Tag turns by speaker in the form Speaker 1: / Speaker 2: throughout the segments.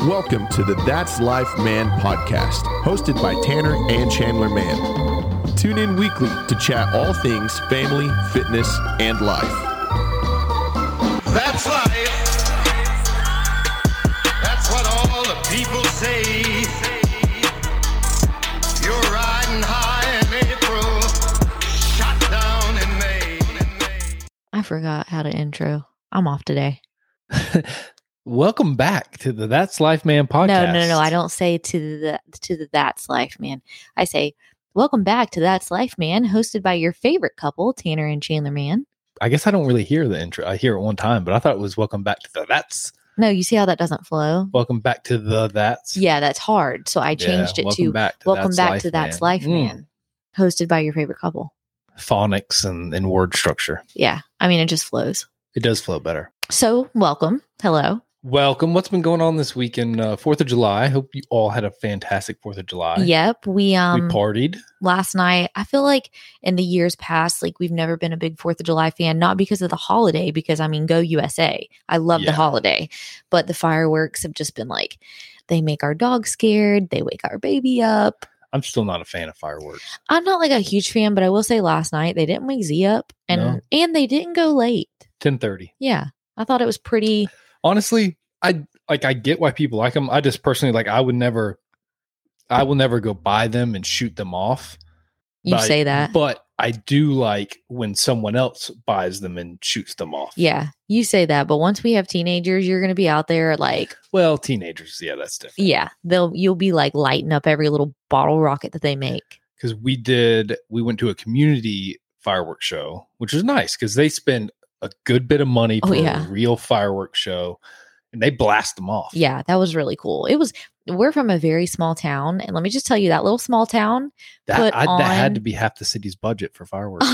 Speaker 1: Welcome to the That's Life Man podcast, hosted by Tanner and Chandler Mann. Tune in weekly to chat all things family, fitness, and life.
Speaker 2: That's life. That's what all the people say. You're riding high in April, shot down in May.
Speaker 3: I forgot how to intro. I'm off today.
Speaker 4: Welcome back to the That's Life Man podcast.
Speaker 3: No, no, no. I don't say to the to the That's Life Man. I say welcome back to That's Life Man, hosted by your favorite couple, Tanner and Chandler Man.
Speaker 4: I guess I don't really hear the intro. I hear it one time, but I thought it was Welcome back to the That's.
Speaker 3: No, you see how that doesn't flow?
Speaker 4: Welcome back to the That's.
Speaker 3: Yeah, that's hard. So I
Speaker 4: Yeah,
Speaker 3: changed it
Speaker 4: welcome
Speaker 3: to
Speaker 4: back to
Speaker 3: Welcome
Speaker 4: That's
Speaker 3: back
Speaker 4: Life
Speaker 3: to That's
Speaker 4: Man.
Speaker 3: Life
Speaker 4: Mm.
Speaker 3: Man, hosted by your favorite couple.
Speaker 4: Phonics and, and word structure.
Speaker 3: Yeah. I mean it just flows.
Speaker 4: It does flow better.
Speaker 3: So welcome. Hello.
Speaker 4: Welcome. What's been going on this week in uh, Fourth of July? I hope you all had a fantastic Fourth of July.
Speaker 3: Yep. We um
Speaker 4: we partied.
Speaker 3: last night. I feel like in the years past, like we've never been a big Fourth of July fan, not because of the holiday, because I mean, go USA. I love the
Speaker 4: Yeah.
Speaker 3: holiday, but the fireworks have just been like, they make our dog scared. They wake our baby up.
Speaker 4: I'm still not a fan of fireworks.
Speaker 3: I'm not like a huge fan, but I will say last night they didn't wake Z up and
Speaker 4: No.
Speaker 3: and they didn't go late.
Speaker 4: Ten thirty.
Speaker 3: Yeah. I thought it was pretty.
Speaker 4: Honestly, I like. I get why people like them. I just personally like. I would never. I will never go buy them and shoot them off.
Speaker 3: You
Speaker 4: But I-
Speaker 3: say that.
Speaker 4: but I do like when someone else buys them and shoots them off.
Speaker 3: yeah. You say that. But once we have teenagers, you're going to be out there like,
Speaker 4: Well, teenagers, yeah, that's different.
Speaker 3: yeah, they'll, you'll be like lighting up every little bottle rocket that they make.
Speaker 4: Because we did, we went to a community fireworks show, which is nice because they spend a good bit of money
Speaker 3: Oh,
Speaker 4: for
Speaker 3: yeah.
Speaker 4: a real fireworks show, and they blast them off.
Speaker 3: Yeah, that was really cool. It was we're from a very small town and let me just tell you that little small town, put
Speaker 4: that, I, that
Speaker 3: on- Uh.
Speaker 4: had to be half the city's budget for fireworks.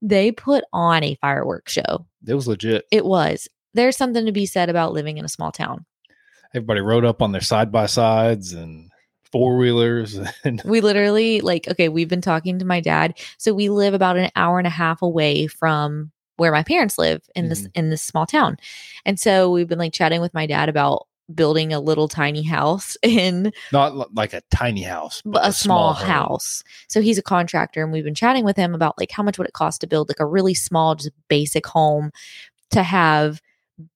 Speaker 3: they put on a fireworks show.
Speaker 4: it was legit.
Speaker 3: It was. There's something to be said about living in a small town.
Speaker 4: Everybody rode up on their side by sides and four wheelers, and
Speaker 3: We literally like okay, we've been talking to my dad. So we live about an hour and a half away from where my parents live in this in this small town. And so we've been like chatting with my dad about building a little tiny house in
Speaker 4: not li- like a tiny house,
Speaker 3: b-
Speaker 4: but
Speaker 3: a, small,
Speaker 4: home.
Speaker 3: house. So he's a contractor, and we've been chatting with him about like how much would it cost to build like a really small, just basic home to have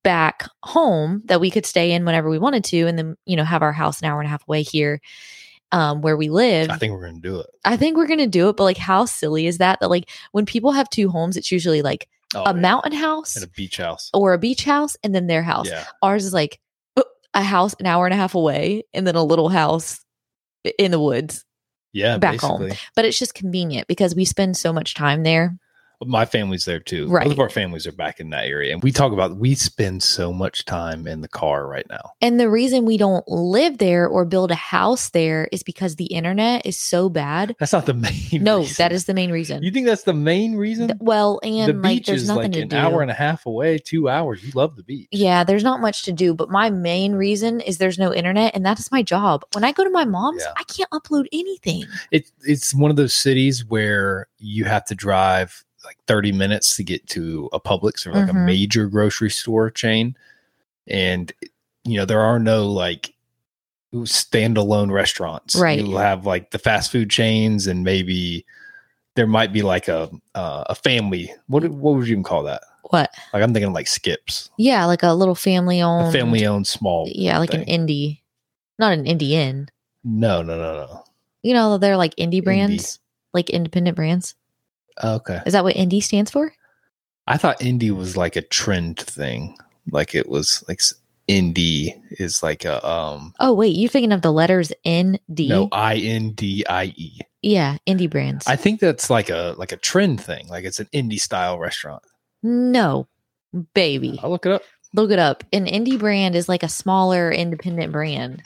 Speaker 3: back home that we could stay in whenever we wanted to, and then you know have our house an hour and a half away here um, where we live.
Speaker 4: I think we're gonna do it.
Speaker 3: I think we're gonna do it, but like, how silly is that? That like when people have two homes, it's usually like
Speaker 4: Oh,
Speaker 3: a
Speaker 4: yeah.
Speaker 3: mountain house
Speaker 4: and a beach house.
Speaker 3: or a beach house, and then their house.
Speaker 4: Yeah.
Speaker 3: Ours is like uh, a house an hour and a half away, and then a little house i- in the woods.
Speaker 4: Yeah.
Speaker 3: back home.
Speaker 4: basically.
Speaker 3: but it's just convenient because we spend so much time there.
Speaker 4: My family's there too.
Speaker 3: Right.
Speaker 4: Both of our families are back in that area. And we talk about we spend so much time in the car right now.
Speaker 3: And the reason we don't live there or build a house there is because the internet is so bad.
Speaker 4: That's not the main
Speaker 3: No,
Speaker 4: reason.
Speaker 3: that is the main reason.
Speaker 4: you think that's the main reason?
Speaker 3: Th- well, and
Speaker 4: the
Speaker 3: like
Speaker 4: beach
Speaker 3: there's
Speaker 4: is
Speaker 3: nothing
Speaker 4: like
Speaker 3: to
Speaker 4: an
Speaker 3: do.
Speaker 4: hour and a half away, two hours. You love the beach.
Speaker 3: yeah, there's not much to do, but my main reason is there's no internet, and that is my job. When I go to my mom's,
Speaker 4: Yeah.
Speaker 3: I can't upload anything.
Speaker 4: It it's one of those cities where you have to drive like 30 minutes to get to a Publix or like a
Speaker 3: Mhm.
Speaker 4: major grocery store chain. And you know, there are no like standalone restaurants.
Speaker 3: Right.
Speaker 4: You'll have like the fast food chains and maybe there might be like a uh, a family. What what would you even call that?
Speaker 3: What?
Speaker 4: Like I'm thinking like skips.
Speaker 3: Yeah, like a little family
Speaker 4: A
Speaker 3: owned
Speaker 4: family owned small.
Speaker 3: Yeah, like an
Speaker 4: thing.
Speaker 3: indie, not an indie inn.
Speaker 4: No, no, no,
Speaker 3: You know, they're like indie
Speaker 4: Indie.
Speaker 3: brands, like independent brands.
Speaker 4: no. Okay.
Speaker 3: Is that what indie stands for?
Speaker 4: I thought indie was like a trend thing. Like it was like s- indie is like a um
Speaker 3: Oh wait, you're thinking of the letters N D?
Speaker 4: no I N D I E.
Speaker 3: yeah, indie brands.
Speaker 4: I think that's like a like a trend thing. Like it's an indie style restaurant.
Speaker 3: no, baby,
Speaker 4: I'll look it up.
Speaker 3: look it up. An indie brand is like a smaller independent brand.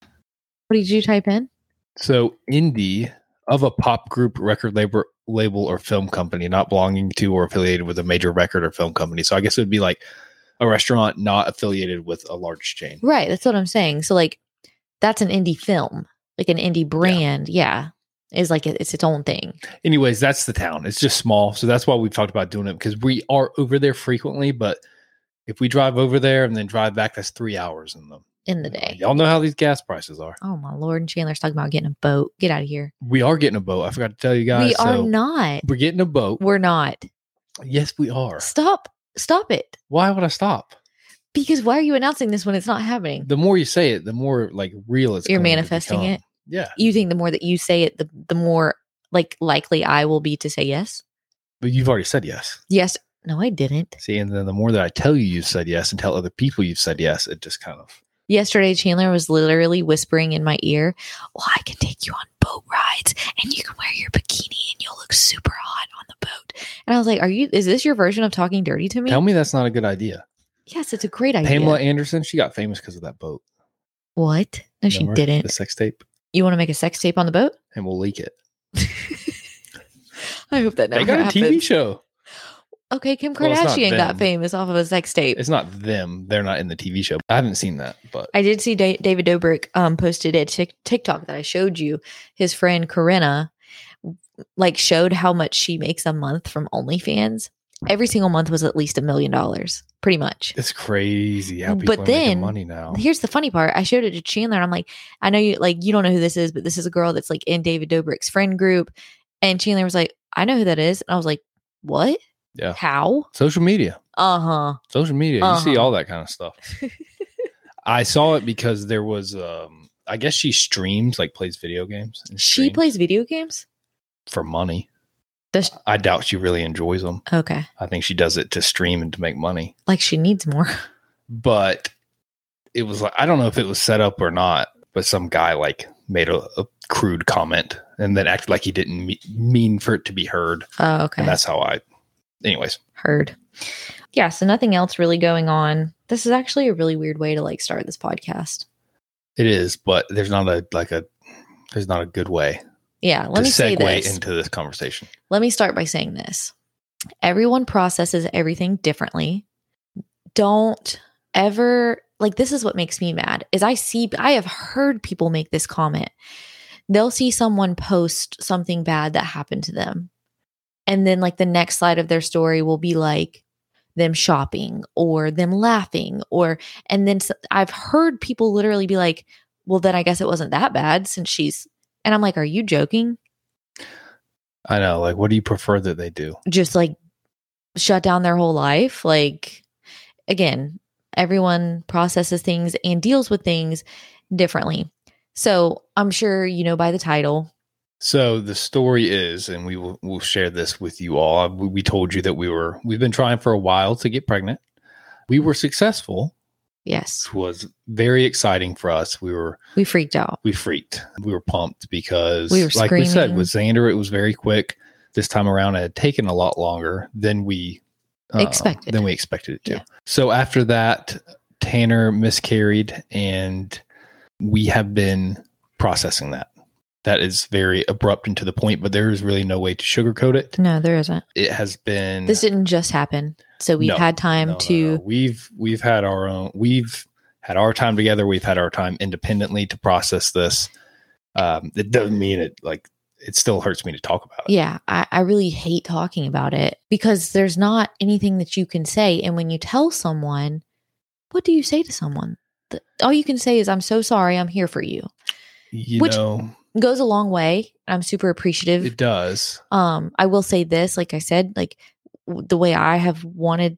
Speaker 3: What did you type in?
Speaker 4: So indie of a pop group, record label, label or film company not belonging to or affiliated with a major record or film company. So I guess it would be like a restaurant not affiliated with a large chain.
Speaker 3: Right, that's what I'm saying. So like, that's an indie film, like an indie brand. Yeah, is like it's its own thing.
Speaker 4: Anyways, that's the town. It's just small, so that's why we've talked about doing it because we are over there frequently. But if we drive over there and then drive back, that's three hours in the
Speaker 3: in the day.
Speaker 4: Y'all know how these gas prices are.
Speaker 3: Oh my lord! And Chandler's talking about getting a boat. Get out of here.
Speaker 4: We are getting a boat. I forgot to tell you guys.
Speaker 3: we are
Speaker 4: so
Speaker 3: not.
Speaker 4: We're getting a boat.
Speaker 3: We're not.
Speaker 4: Yes, we are.
Speaker 3: Stop. Stop it.
Speaker 4: Why would I stop?
Speaker 3: Because why are you announcing this when it's not happening?
Speaker 4: The more you say it, the more like real it's.
Speaker 3: You're
Speaker 4: going to
Speaker 3: manifesting
Speaker 4: become.
Speaker 3: it.
Speaker 4: Yeah,
Speaker 3: You think the more that you say it, the the more like likely I will be to say yes.
Speaker 4: but you've already said yes.
Speaker 3: Yes. No, I didn't.
Speaker 4: See, and then the more that I tell you you've said yes, and tell other people you've said yes, it just kind of.
Speaker 3: Yesterday, Chandler was literally whispering in my ear, "Well, I can take you on boat rides, and you can wear your bikini, and you'll look super hot on the boat." And I was like, "Are you? Is this your version of talking dirty to me?"
Speaker 4: Tell me that's not a good idea.
Speaker 3: Yes, it's a great idea.
Speaker 4: Pamela Anderson, she got famous because of that boat.
Speaker 3: What? No, she
Speaker 4: Remember?
Speaker 3: didn't.
Speaker 4: The sex tape,
Speaker 3: You want to make a sex tape on the boat?
Speaker 4: and we'll leak it.
Speaker 3: I hope that never
Speaker 4: they got
Speaker 3: happens.
Speaker 4: a TV show.
Speaker 3: Okay, Kim
Speaker 4: Well, it's not
Speaker 3: Kardashian got
Speaker 4: them.
Speaker 3: famous off of a sex tape.
Speaker 4: It's not them. They're not in the TV show. I haven't seen that, but
Speaker 3: I did see da- David Dobrik um, posted a tic- TikTok that I showed you. His friend Corinna like showed how much she makes a month from OnlyFans. Every single month was at least a million dollars, pretty much.
Speaker 4: it's crazy how
Speaker 3: But
Speaker 4: people are
Speaker 3: then-
Speaker 4: making money now.
Speaker 3: Here's the funny part. I showed it to Chandler and I'm like, I know you like you don't know who this is, but this is a girl that's like in David Dobrik's friend group. And Chandler was like, I know who that is. And I was like, What?
Speaker 4: Yeah.
Speaker 3: How?
Speaker 4: Social media.
Speaker 3: Uh-huh.
Speaker 4: social media you see
Speaker 3: Uh-huh.
Speaker 4: all that kind of stuff i saw it because there was um i guess she streams like plays video games and
Speaker 3: She
Speaker 4: streams
Speaker 3: plays video games?
Speaker 4: for money
Speaker 3: Does-
Speaker 4: i doubt she really enjoys them
Speaker 3: Okay.
Speaker 4: i think she does it to stream and to make money
Speaker 3: Like she needs more.
Speaker 4: but it was like i don't know if it was set up or not but some guy like made a, a crude comment and then acted like he didn't me- mean for it to be heard
Speaker 3: Oh, okay.
Speaker 4: and that's how i anyways
Speaker 3: Heard. Yeah, so nothing else really going on. This is actually a really weird way to like start this podcast.
Speaker 4: it is but there's not a like a there's not a good way
Speaker 3: Yeah, let
Speaker 4: to
Speaker 3: me say
Speaker 4: segue
Speaker 3: this.
Speaker 4: into this conversation
Speaker 3: let me start by saying this. Everyone processes everything differently. Don't ever like this is what makes me mad is I see I have heard people make this comment. They'll see someone post something bad that happened to them. And then like the next slide of their story will be like them shopping or them laughing or and then s- I've heard people literally be like, "Well, then I guess it wasn't that bad since she's." And I'm like, "Are you joking?"
Speaker 4: I know. Like, what do you prefer that they do?
Speaker 3: just like shut down their whole life. Like, again, everyone processes things and deals with things differently. So I'm sure you know by the title.
Speaker 4: So the story is, and we will we'll share this with you all. We, we told you that we were we've been trying for a while to get pregnant. We were successful,
Speaker 3: Yes,
Speaker 4: which was very exciting for us. We were
Speaker 3: we freaked out.
Speaker 4: we freaked. We were pumped because,
Speaker 3: We were
Speaker 4: like we said,
Speaker 3: screaming.
Speaker 4: with Xander, it was very quick. This time around, it had taken a lot longer than we uh,
Speaker 3: Expected.
Speaker 4: Than we expected it to.
Speaker 3: Yeah.
Speaker 4: So after that, Tanner miscarried, and we have been processing that. That is very abrupt and to the point, but there is really no way to sugarcoat it.
Speaker 3: No, there isn't.
Speaker 4: It has been
Speaker 3: This didn't just happen. So we've
Speaker 4: No,
Speaker 3: had time
Speaker 4: no, no,
Speaker 3: to.
Speaker 4: no. we've we've had our own we've had our time together we've had our time independently to process this um it doesn't mean it like it still hurts me to talk about it
Speaker 3: Yeah, I, I really hate talking about it because there's not anything that you can say. And when you tell someone, what do you say to someone? Th- All you can say is, I'm so sorry, I'm here for you.
Speaker 4: you
Speaker 3: Which-
Speaker 4: know
Speaker 3: goes a long way. I'm super appreciative.
Speaker 4: it does
Speaker 3: um, I will say this, like I said, like w- the way I have wanted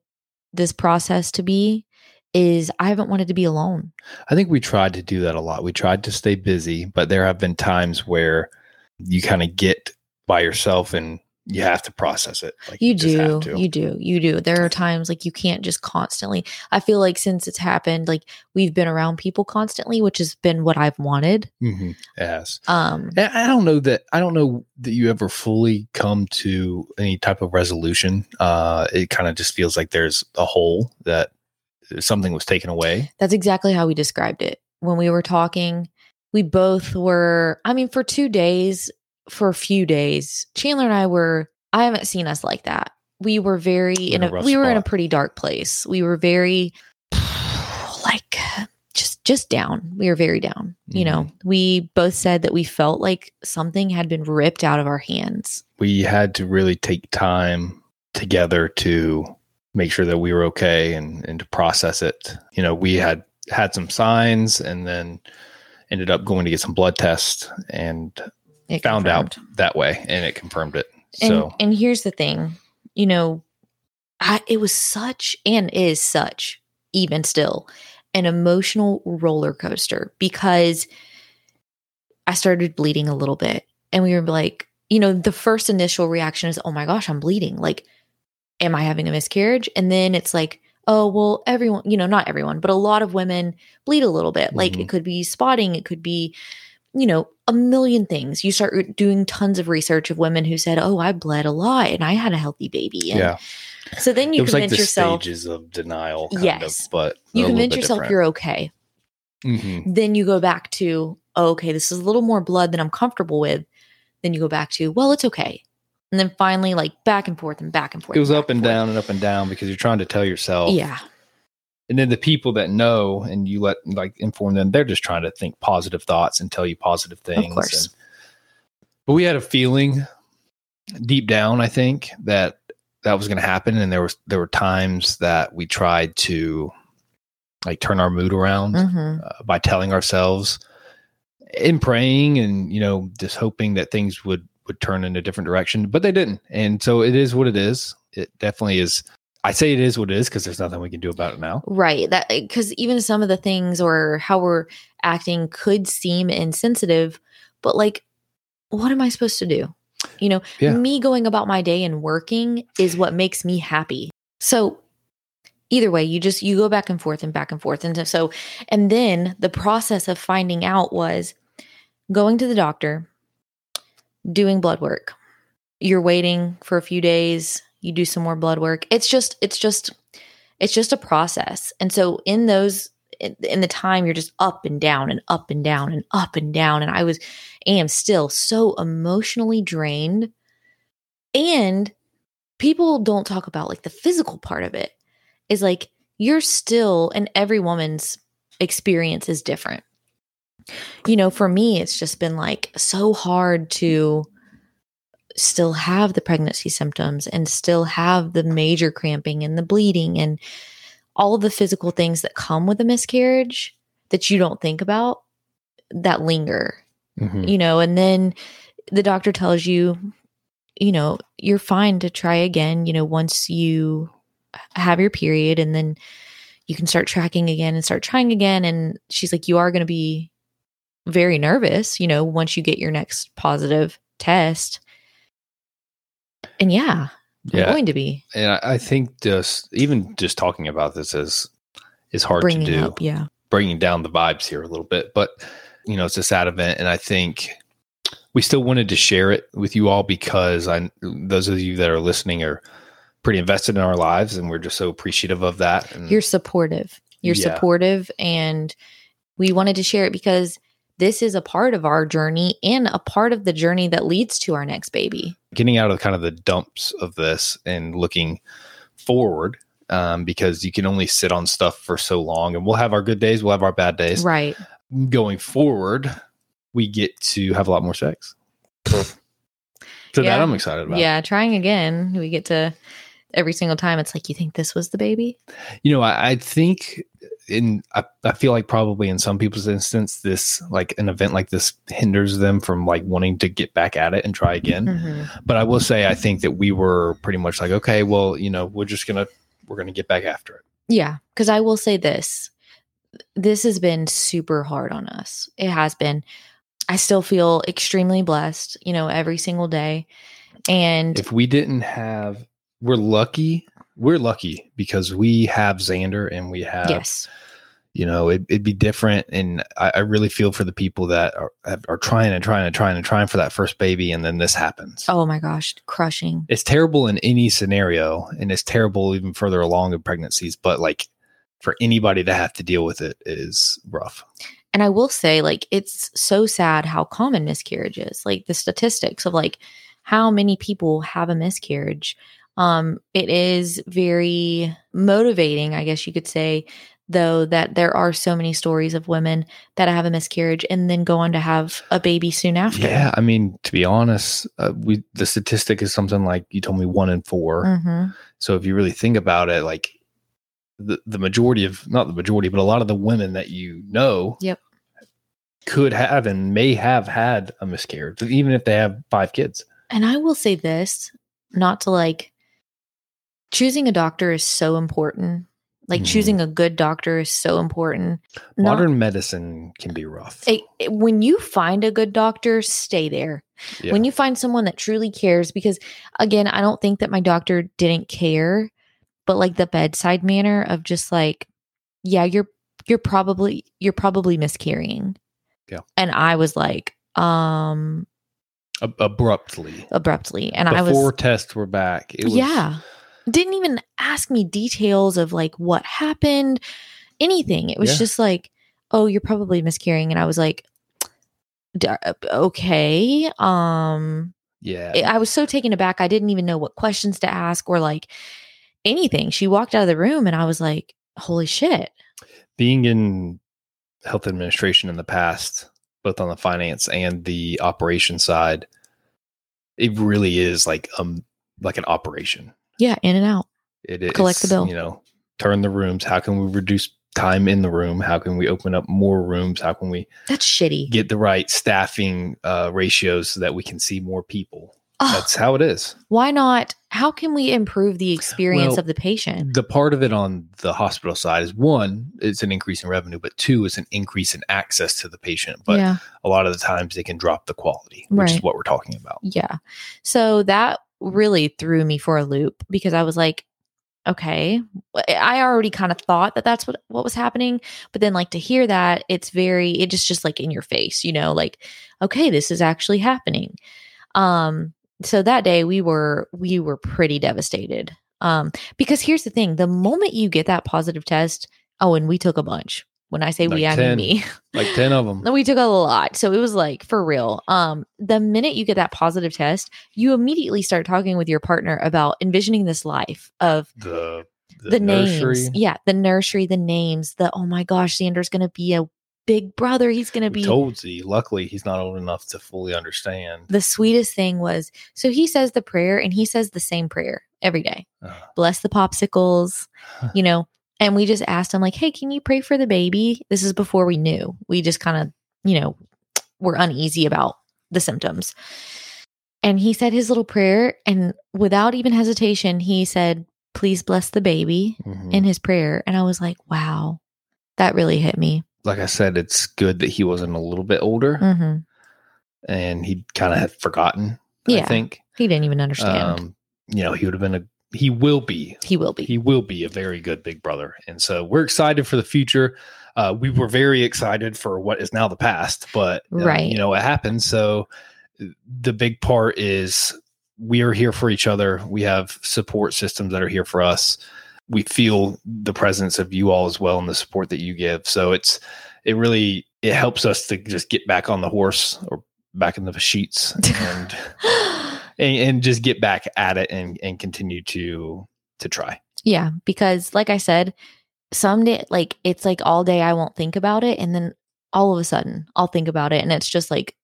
Speaker 3: this process to be is I haven't wanted to be alone.
Speaker 4: i think we tried to do that a lot we tried to stay busy but there have been times where you kind of get by yourself and you have to process it like
Speaker 3: You
Speaker 4: just
Speaker 3: do,
Speaker 4: have to.
Speaker 3: you do, you do. There are times like you can't just constantly. I feel like since it's happened, like we've been around people constantly, which has been what I've wanted.
Speaker 4: Mhm. it has
Speaker 3: Um,
Speaker 4: And I don't know that I don't know that you ever fully come to any type of resolution. Uh, it kind of just feels like there's a hole that something was taken away.
Speaker 3: That's exactly how we described it. When we were talking, we both were, I mean, for two days, for a few days, Chandler and I were, I haven't seen us like that. We were very in
Speaker 4: In a
Speaker 3: a,
Speaker 4: rough
Speaker 3: we were in a
Speaker 4: spot.
Speaker 3: pretty dark place. We were very like just just down. We were very down. You know,
Speaker 4: Mm-hmm.
Speaker 3: we both said that we felt like something had been ripped out of our hands.
Speaker 4: We had to really take time together to make sure that we were okay and and to process it. You know, we had had some signs and then ended up going to get some blood tests and
Speaker 3: It
Speaker 4: found
Speaker 3: confirmed.
Speaker 4: out that way and it confirmed it.
Speaker 3: And,
Speaker 4: so
Speaker 3: and here's the thing, you know, I, it was such and is such, even still, an emotional roller coaster because I started bleeding a little bit. And we were like, you know, the first initial reaction is, oh my gosh, I'm bleeding. Like, am I having a miscarriage? And then it's like, oh, well, everyone, you know, not everyone, but a lot of women bleed a little bit. Like, it could be spotting, it could be, you know, a million things. You start doing tons of research of women who said, oh, I bled a lot and I had a healthy baby. And
Speaker 4: yeah,
Speaker 3: So then
Speaker 4: it
Speaker 3: you
Speaker 4: was like
Speaker 3: convince
Speaker 4: the
Speaker 3: yourself,
Speaker 4: stages of denial. Kind
Speaker 3: Yes.
Speaker 4: of, but
Speaker 3: you
Speaker 4: a little
Speaker 3: convince
Speaker 4: bit
Speaker 3: yourself
Speaker 4: different.
Speaker 3: you're okay.
Speaker 4: Mhm.
Speaker 3: then you go back to oh, okay this is a little more blood than i'm comfortable with then you go back to well it's okay and then finally like back and forth and back and forth
Speaker 4: It was up
Speaker 3: back
Speaker 4: and
Speaker 3: forth.
Speaker 4: down and up and down because you're trying to tell yourself.
Speaker 3: yeah
Speaker 4: and then the people that know and you let like inform them they're just trying to think positive thoughts and tell you positive things
Speaker 3: course.
Speaker 4: and- but we had a feeling deep down i think that that was going to happen and there was there were times that we tried to like turn our mood around
Speaker 3: hmm
Speaker 4: uh, by telling ourselves and praying and you know just hoping that things would would turn in a different direction but they didn't and so it is what it is it definitely is i say it is what it is because there's nothing we can do about it now
Speaker 3: right that because even some of the things or how we're acting could seem insensitive but like what am i supposed to do you know
Speaker 4: Yeah.
Speaker 3: me going about my day and working is what makes me happy so either way you just you go back and forth and back and forth and so and then the process of finding out was going to the doctor doing blood work you're waiting for a few days you do some more blood work it's just it's just it's just a process and so in those in- in the time you're just up and down and up and down and up and down and i was am still so emotionally drained and people don't talk about like the physical part of it is like you're still and every woman's experience is different you know for me it's just been like so hard to still have the pregnancy symptoms and still have the major cramping and the bleeding and all of the physical things that come with a miscarriage that you don't think about that linger
Speaker 4: Mhm.
Speaker 3: you know and then the doctor tells you you know you're fine to try again you know once you have your period and then you can start tracking again and start trying again and she's like you are going to be very nervous you know once you get your next positive test and yeah, i'm
Speaker 4: Yeah,
Speaker 3: going to be
Speaker 4: and I, I think just even just talking about this is is hard to
Speaker 3: bringing
Speaker 4: do,
Speaker 3: up yeah
Speaker 4: bringing down the vibes here a little bit. But you know, it's a sad event, and I think we still wanted to share it with you all because I those of you that are listening are pretty invested in our lives, and we're just so appreciative of that. And
Speaker 3: you're supportive you're
Speaker 4: Mm. Yeah.
Speaker 3: supportive and we wanted to share it because this is a part of our journey and a part of the journey that leads to our next baby
Speaker 4: getting out of kind of the dumps of this and looking forward. Um, because you can only sit on stuff for so long, and we'll have our good days, we'll have our bad days.
Speaker 3: right
Speaker 4: going forward, we get to have a lot more sex. so that
Speaker 3: Yeah.
Speaker 4: I'm excited about.
Speaker 3: yeah trying again we get to every single time it's like you think this was the baby
Speaker 4: You know, I, I think in I, I feel like probably in some people's instance, this like an event like this hinders them from like wanting to get back at it and try again. But I will say I think that we were pretty much like, okay, well, you know, we're just gonna we're gonna get back after it.
Speaker 3: yeah because i will say this this has been super hard on us it has been i still feel extremely blessed you know every single day and
Speaker 4: If we didn't have we're lucky. We're lucky because we have Xander and we have
Speaker 3: yes
Speaker 4: you know it, it'd be different and I, I really feel for the people that are, are trying and trying and trying and trying for that first baby and then this happens
Speaker 3: oh my gosh crushing
Speaker 4: it's terrible in any scenario and it's terrible even further along in pregnancies but like for anybody to have to deal with it is rough
Speaker 3: and I will say, like, it's so sad how common miscarriage is. Like the statistics of like how many people have a miscarriage. Um, it is very motivating, I guess you could say, though, that there are so many stories of women that have a miscarriage and then go on to have a baby soon after.
Speaker 4: yeah i mean to be honest uh, we the statistic is something like you told me one in 4
Speaker 3: hmm
Speaker 4: so if you really think about it like the, the majority of not the majority, but a lot of the women that you know
Speaker 3: Yep.
Speaker 4: could have and may have had a miscarriage, even if they have five kids.
Speaker 3: And I will say this, not to like choosing a doctor is so important. Like
Speaker 4: Mhm.
Speaker 3: choosing a good doctor is so important. Not-
Speaker 4: Modern medicine can be rough.
Speaker 3: it- it- when you find a good doctor, stay there.
Speaker 4: Yeah.
Speaker 3: When you find someone that truly cares, because again, I don't think that my doctor didn't care, but like the bedside manner of just like, yeah, you're you're probably you're probably miscarrying.
Speaker 4: Yeah.
Speaker 3: And I was like, um,
Speaker 4: Ab- abruptly.
Speaker 3: abruptly, and I was
Speaker 4: Before tests were back, it was
Speaker 3: yeah. Didn't even ask me details of like what happened, anything. It was
Speaker 4: Yeah.
Speaker 3: just like, oh, you're probably miscarrying. And I was like, "D- uh, okay. Um,
Speaker 4: yeah.
Speaker 3: I I was so taken aback. I didn't even know what questions to ask or like anything. She walked out of the room and I was like, holy shit.
Speaker 4: being in health administration in the past, both on the finance and the operation side, it really is like um like an operation.
Speaker 3: Yeah. In and out.
Speaker 4: It is
Speaker 3: Collect the bill.
Speaker 4: You know, turn the rooms. How can we reduce time in the room? How can we open up more rooms? How can we
Speaker 3: That's shitty.
Speaker 4: get the right staffing uh, ratios so that we can see more people?
Speaker 3: Ugh,
Speaker 4: That's how it is.
Speaker 3: why not? How can we improve the experience
Speaker 4: Well,
Speaker 3: of the patient?
Speaker 4: The part of it on the hospital side is one, it's an increase in revenue, but two, it's an increase in access to the patient. But
Speaker 3: yeah.
Speaker 4: a lot of the times they can drop the quality, which is
Speaker 3: Right.
Speaker 4: what we're talking about.
Speaker 3: Yeah. So that really threw me for a loop because I was like, okay, eh, I already kind of thought that that's what what was happening, but then like to hear that, it's very it just just like in your face, you know, like okay, this is actually happening. Um so that day we were we were pretty devastated. Um because here's the thing, the moment you get that positive test, oh and we took a bunch. When I say we,
Speaker 4: Like
Speaker 3: I mean
Speaker 4: 10.
Speaker 3: me.
Speaker 4: Like 10 of them.
Speaker 3: No, we took a lot. So it was like for real. Um, the minute you get that positive test, you immediately start talking with your partner about envisioning this life of
Speaker 4: The, the,
Speaker 3: the,
Speaker 4: nursery.
Speaker 3: names. Yeah, the nursery, the names, the oh my gosh, Xander's gonna be a big brother. He's gonna
Speaker 4: We
Speaker 3: be
Speaker 4: told Z, luckily, he's not old enough to fully understand.
Speaker 3: the sweetest thing was so he says the prayer and he says the same prayer every day.
Speaker 4: Uh.
Speaker 3: Bless the popsicles, you know. And we just asked him, like, hey, can you pray for the baby? This is before we knew. We just kind of, you know, were uneasy about the symptoms. And he said his little prayer, and without even hesitation, he said, please bless the baby
Speaker 4: Mhm.
Speaker 3: in his prayer. And I was like, wow, that really hit me.
Speaker 4: Like I said, it's good that he wasn't a little bit older
Speaker 3: hmm
Speaker 4: and he kind of had forgotten, I
Speaker 3: Yeah.
Speaker 4: think.
Speaker 3: He didn't even understand.
Speaker 4: Um, you know, he would have been a, he will be
Speaker 3: he will be.
Speaker 4: he will be a very good big brother and so we're excited for the future uh, we were very excited for what is now the past but uh,
Speaker 3: Right.
Speaker 4: you know it happened so uh, the big part is we are here for each other we have support systems that are here for us we feel the presence of you all as well and the support that you give so it's it really it helps us to just get back on the horse or back in the sheets and and, and just get back at it and and continue to to try
Speaker 3: Yeah, because like I said, someday like it's like all day I won't think about it and then all of a sudden I'll think about it and it's just like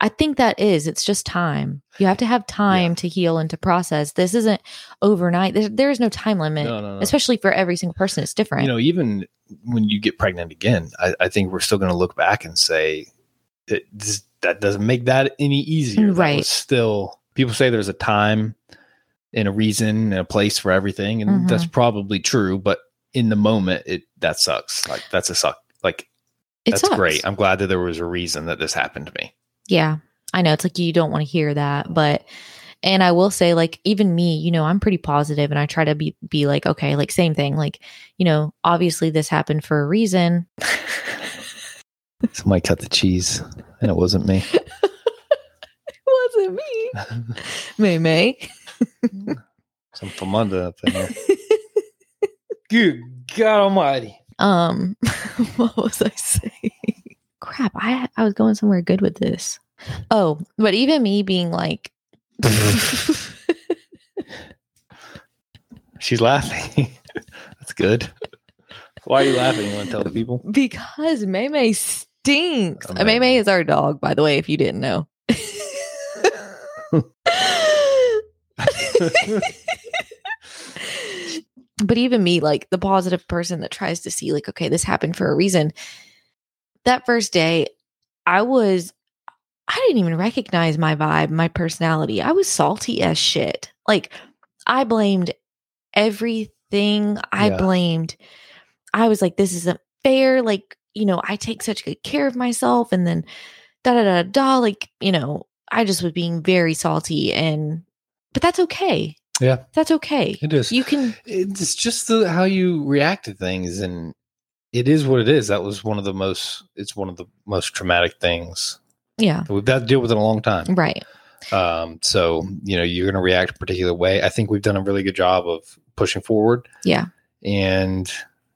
Speaker 3: I think that is it's just time. You have to have time to heal and to process. This isn't overnight. There, there is no time limit.
Speaker 4: No, no, no.
Speaker 3: Especially for every single person, it's different.
Speaker 4: you know, even when you get pregnant again, I, I think we're still going to look back and say that this, that doesn't make that any easier. That
Speaker 3: Right.
Speaker 4: was still, people say there's a time and a reason and a place for everything, and that's
Speaker 3: Mm-hmm.
Speaker 4: probably true. But in the moment, it that sucks. Like that's a suck. Like
Speaker 3: it
Speaker 4: that's
Speaker 3: sucks.
Speaker 4: great. I'm glad that there was a reason that this happened to me.
Speaker 3: Yeah. I know it's like you don't want to hear that, but and I will say like even me, you know, I'm pretty positive and I try to be be like okay, like same thing, like, you know, obviously this happened for a reason.
Speaker 4: Somebody cut the cheese, and it wasn't me.
Speaker 3: it wasn't me. May May.
Speaker 4: Some famunda up in there. Good God Almighty.
Speaker 3: Um what was I saying? Crap, I I was going somewhere good with this. Oh, but even me being like
Speaker 4: She's laughing. That's good. Why are you laughing? You want to tell the people?
Speaker 3: because May May stinks.
Speaker 4: Oh,
Speaker 3: Uh, May
Speaker 4: Maymay.
Speaker 3: May is our dog, by the way, if you didn't know. but even me like the positive person that tries to see like okay this happened for a reason that first day i was i didn't even recognize my vibe my personality i was salty as shit like i blamed everything i
Speaker 4: Yeah.
Speaker 3: blamed i was like this isn't fair like you know i take such good care of myself and then da da da da like you know i just was being very salty and but that's okay
Speaker 4: Yeah.
Speaker 3: that's okay
Speaker 4: It is.
Speaker 3: you can
Speaker 4: it's just the, how you react to things, and it is what it is. That was one of the most. It's one of the most traumatic things
Speaker 3: yeah
Speaker 4: that we've had to deal with in a long time.
Speaker 3: right
Speaker 4: Um, so you know you're going to react a particular way. I think we've done a really good job of pushing forward.
Speaker 3: Yeah.
Speaker 4: and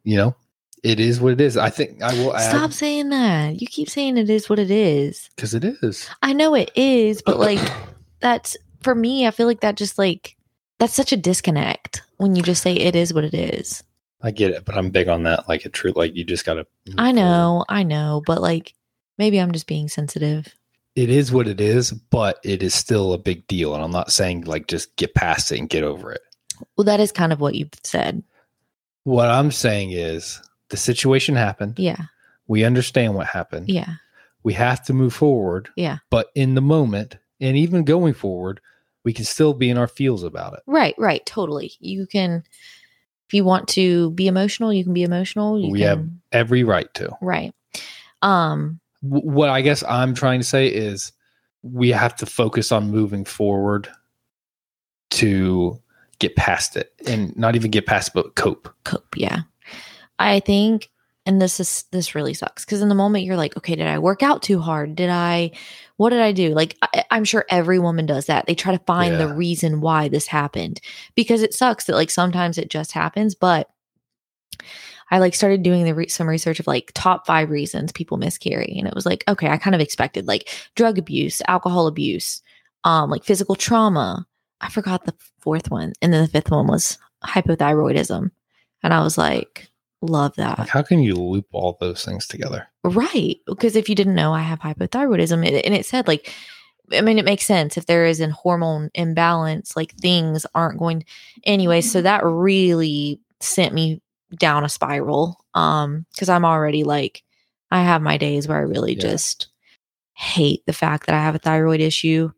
Speaker 4: you know it is what it is. I think I will
Speaker 3: Stop
Speaker 4: add
Speaker 3: saying that. You keep saying it is what it is.
Speaker 4: because it is.
Speaker 3: I know it is, but like that's for me, I feel like that just like that's such a disconnect when you just say it is what it is.
Speaker 4: I get it, but I'm big on that. Like a true, like you just got to.
Speaker 3: I know, I know, but like maybe I'm just being sensitive.
Speaker 4: it is what it is, but it is still a big deal. And I'm not saying like just get past it and get over it.
Speaker 3: Well, that is kind of what you've said.
Speaker 4: What I'm saying is the situation happened.
Speaker 3: Yeah.
Speaker 4: We understand what happened.
Speaker 3: Yeah.
Speaker 4: We have to move forward.
Speaker 3: Yeah.
Speaker 4: But in the moment, and even going forward, we can still be in our feels about it.
Speaker 3: Right, right, totally. You can if you want to be emotional, you can be emotional. You
Speaker 4: We
Speaker 3: can
Speaker 4: have- Every right to.
Speaker 3: right. Um
Speaker 4: W- What I guess I'm trying to say is we have to focus on moving forward to get past it and not even get past, it, but cope.
Speaker 3: cope. Yeah. I think, and this is, this really sucks because in the moment you're like, okay, did I work out too hard? Did I, what did I do? Like, I, I'm sure every woman does that. They try to find the
Speaker 4: Yeah.
Speaker 3: reason why this happened because it sucks that like sometimes it just happens. But I like started doing the re- some research of like top five reasons people miscarry. And it was like, okay, I kind of expected like drug abuse, alcohol abuse, um, like physical trauma. I forgot the fourth one. And then the fifth one was hypothyroidism. And I was like, love
Speaker 4: Like,
Speaker 3: that.
Speaker 4: how can you loop all those things together?
Speaker 3: Right. Because if you didn't know, I have hypothyroidism. And- And it said, like, I mean, it makes sense if there is an hormone imbalance, like things aren't going anyway. So that really sent me down a spiral. Um, because I'm already like, I have my days where I really
Speaker 4: Yeah.
Speaker 3: just hate the fact that I have a thyroid issue.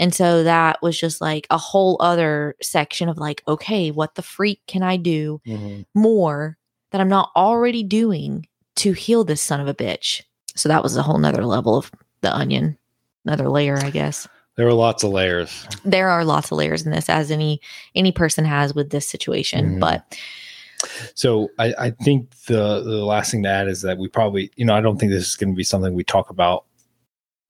Speaker 3: And so that was just like a whole other section of like, okay, what the freak can I do more that I'm not already doing to heal this son of a bitch. So that was a whole nother level of the onion, another layer, I guess.
Speaker 4: There are lots of layers.
Speaker 3: There are lots of layers in this, as any any person has with this situation.
Speaker 4: Mhm.
Speaker 3: But
Speaker 4: So I, I think the the last thing to add is that we probably, you know, I don't think this is going to be something we talk about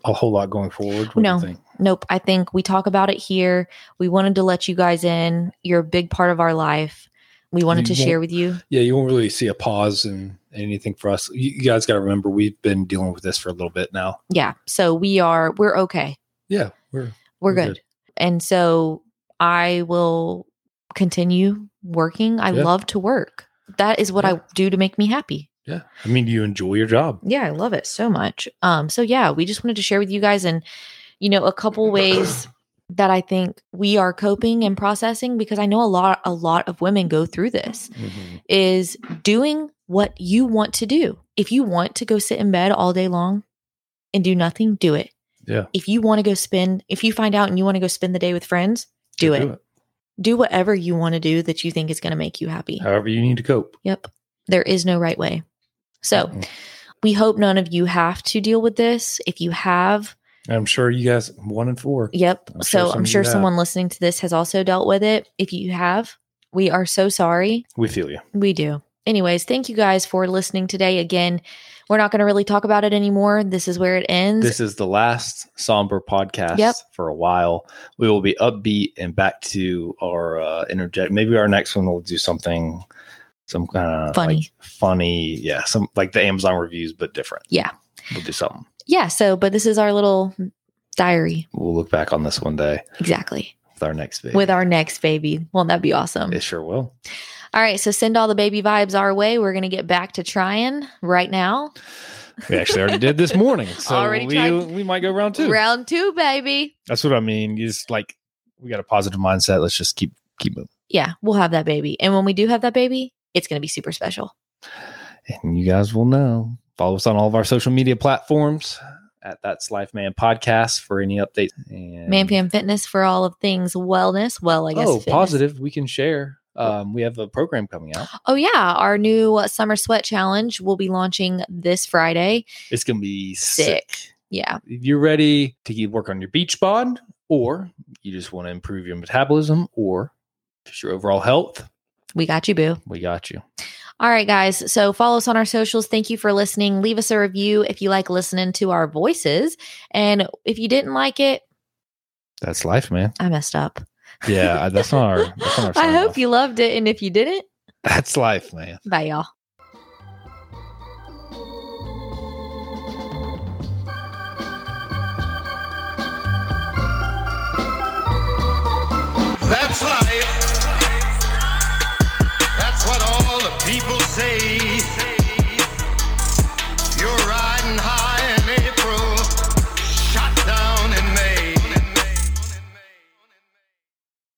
Speaker 4: a whole lot going forward. What do you
Speaker 3: No.
Speaker 4: think?
Speaker 3: nope, I think we talk about it here. We wanted to let you guys in. You're a big part of our life. We wanted
Speaker 4: You
Speaker 3: to share with you.
Speaker 4: Yeah, you won't really see a pause in anything for us. You, you guys got to remember we've been dealing with this for a little bit now.
Speaker 3: Yeah. So we are we're okay.
Speaker 4: Yeah, we're
Speaker 3: We're,
Speaker 4: We're
Speaker 3: good.
Speaker 4: good.
Speaker 3: And so I will continue working. I
Speaker 4: Yeah.
Speaker 3: love to work. That is what
Speaker 4: Yeah.
Speaker 3: I do to make me happy.
Speaker 4: yeah. I mean, you enjoy your job.
Speaker 3: yeah i love it so much um so yeah we just wanted to share with you guys and you know a couple ways that i think we are coping and processing because i know a lot a lot of women go through this is doing what you want to do if you want to go sit in bed all day long and do nothing do it
Speaker 4: Yeah.
Speaker 3: if you want to go spend if you find out and you want to go spend the day with friends do it do whatever you want to do that you think is going to make you happy
Speaker 4: However, you need to cope.
Speaker 3: Yep. There is no right way. So we hope none of you have to deal with this. If you have,
Speaker 4: I'm sure you guys one and four.
Speaker 3: yep.
Speaker 4: I'm sure
Speaker 3: so
Speaker 4: some
Speaker 3: I'm
Speaker 4: of
Speaker 3: sure
Speaker 4: you have.
Speaker 3: someone listening to this has also dealt with it. If you have, we are so sorry.
Speaker 4: We feel you.
Speaker 3: We do. Anyways, thank you guys for listening today. Again, we're not going to really talk about it anymore. This is where it ends.
Speaker 4: This is the last somber podcast
Speaker 3: Yep.
Speaker 4: for a while. We will be upbeat and back to our uh, interject. Maybe our next one will do something, some kind of
Speaker 3: Funny.
Speaker 4: funny, yeah, some like the Amazon reviews, but different.
Speaker 3: Yeah.
Speaker 4: we'll do something.
Speaker 3: yeah. So, but this is our little diary.
Speaker 4: We'll look back on this one day
Speaker 3: Exactly.
Speaker 4: with our next video.
Speaker 3: With our next baby. Won't that be awesome?
Speaker 4: it sure will.
Speaker 3: All right. So send all the baby vibes our way. We're going to get back to trying right now.
Speaker 4: We actually already did this morning, so
Speaker 3: Already
Speaker 4: we,
Speaker 3: tried.
Speaker 4: we might go round two.
Speaker 3: Round two, baby.
Speaker 4: That's what I mean. You just like we got a positive mindset. Let's just keep keep moving.
Speaker 3: yeah, we'll have that baby. And when we do have that baby, it's going to be super special.
Speaker 4: And you guys will know. Follow us on all of our social media platforms at That's Life Man Podcast for any updates. And
Speaker 3: Man Pam Fitness for all of things wellness. Well, I guess.
Speaker 4: oh,
Speaker 3: fitness.
Speaker 4: positive. We can share. Um, we have a program coming out.
Speaker 3: Oh, yeah. Our new uh, summer sweat challenge will be launching this Friday.
Speaker 4: It's gonna be
Speaker 3: Sick.
Speaker 4: sick.
Speaker 3: Yeah.
Speaker 4: if you're ready to keep work on your beach bod, or you just want to improve your metabolism, or just your overall health,
Speaker 3: We got you, boo.
Speaker 4: we got you.
Speaker 3: All right, guys. So follow us on our socials. Thank you for listening. Leave us a review if you like listening to our voices. And if you didn't like it,
Speaker 4: That's life, man.
Speaker 3: I messed up.
Speaker 4: Yeah, I- that's not our. That's not our
Speaker 3: I
Speaker 4: sign
Speaker 3: hope
Speaker 4: off.
Speaker 3: you loved it. And if you didn't,
Speaker 4: That's life, man.
Speaker 3: bye, y'all.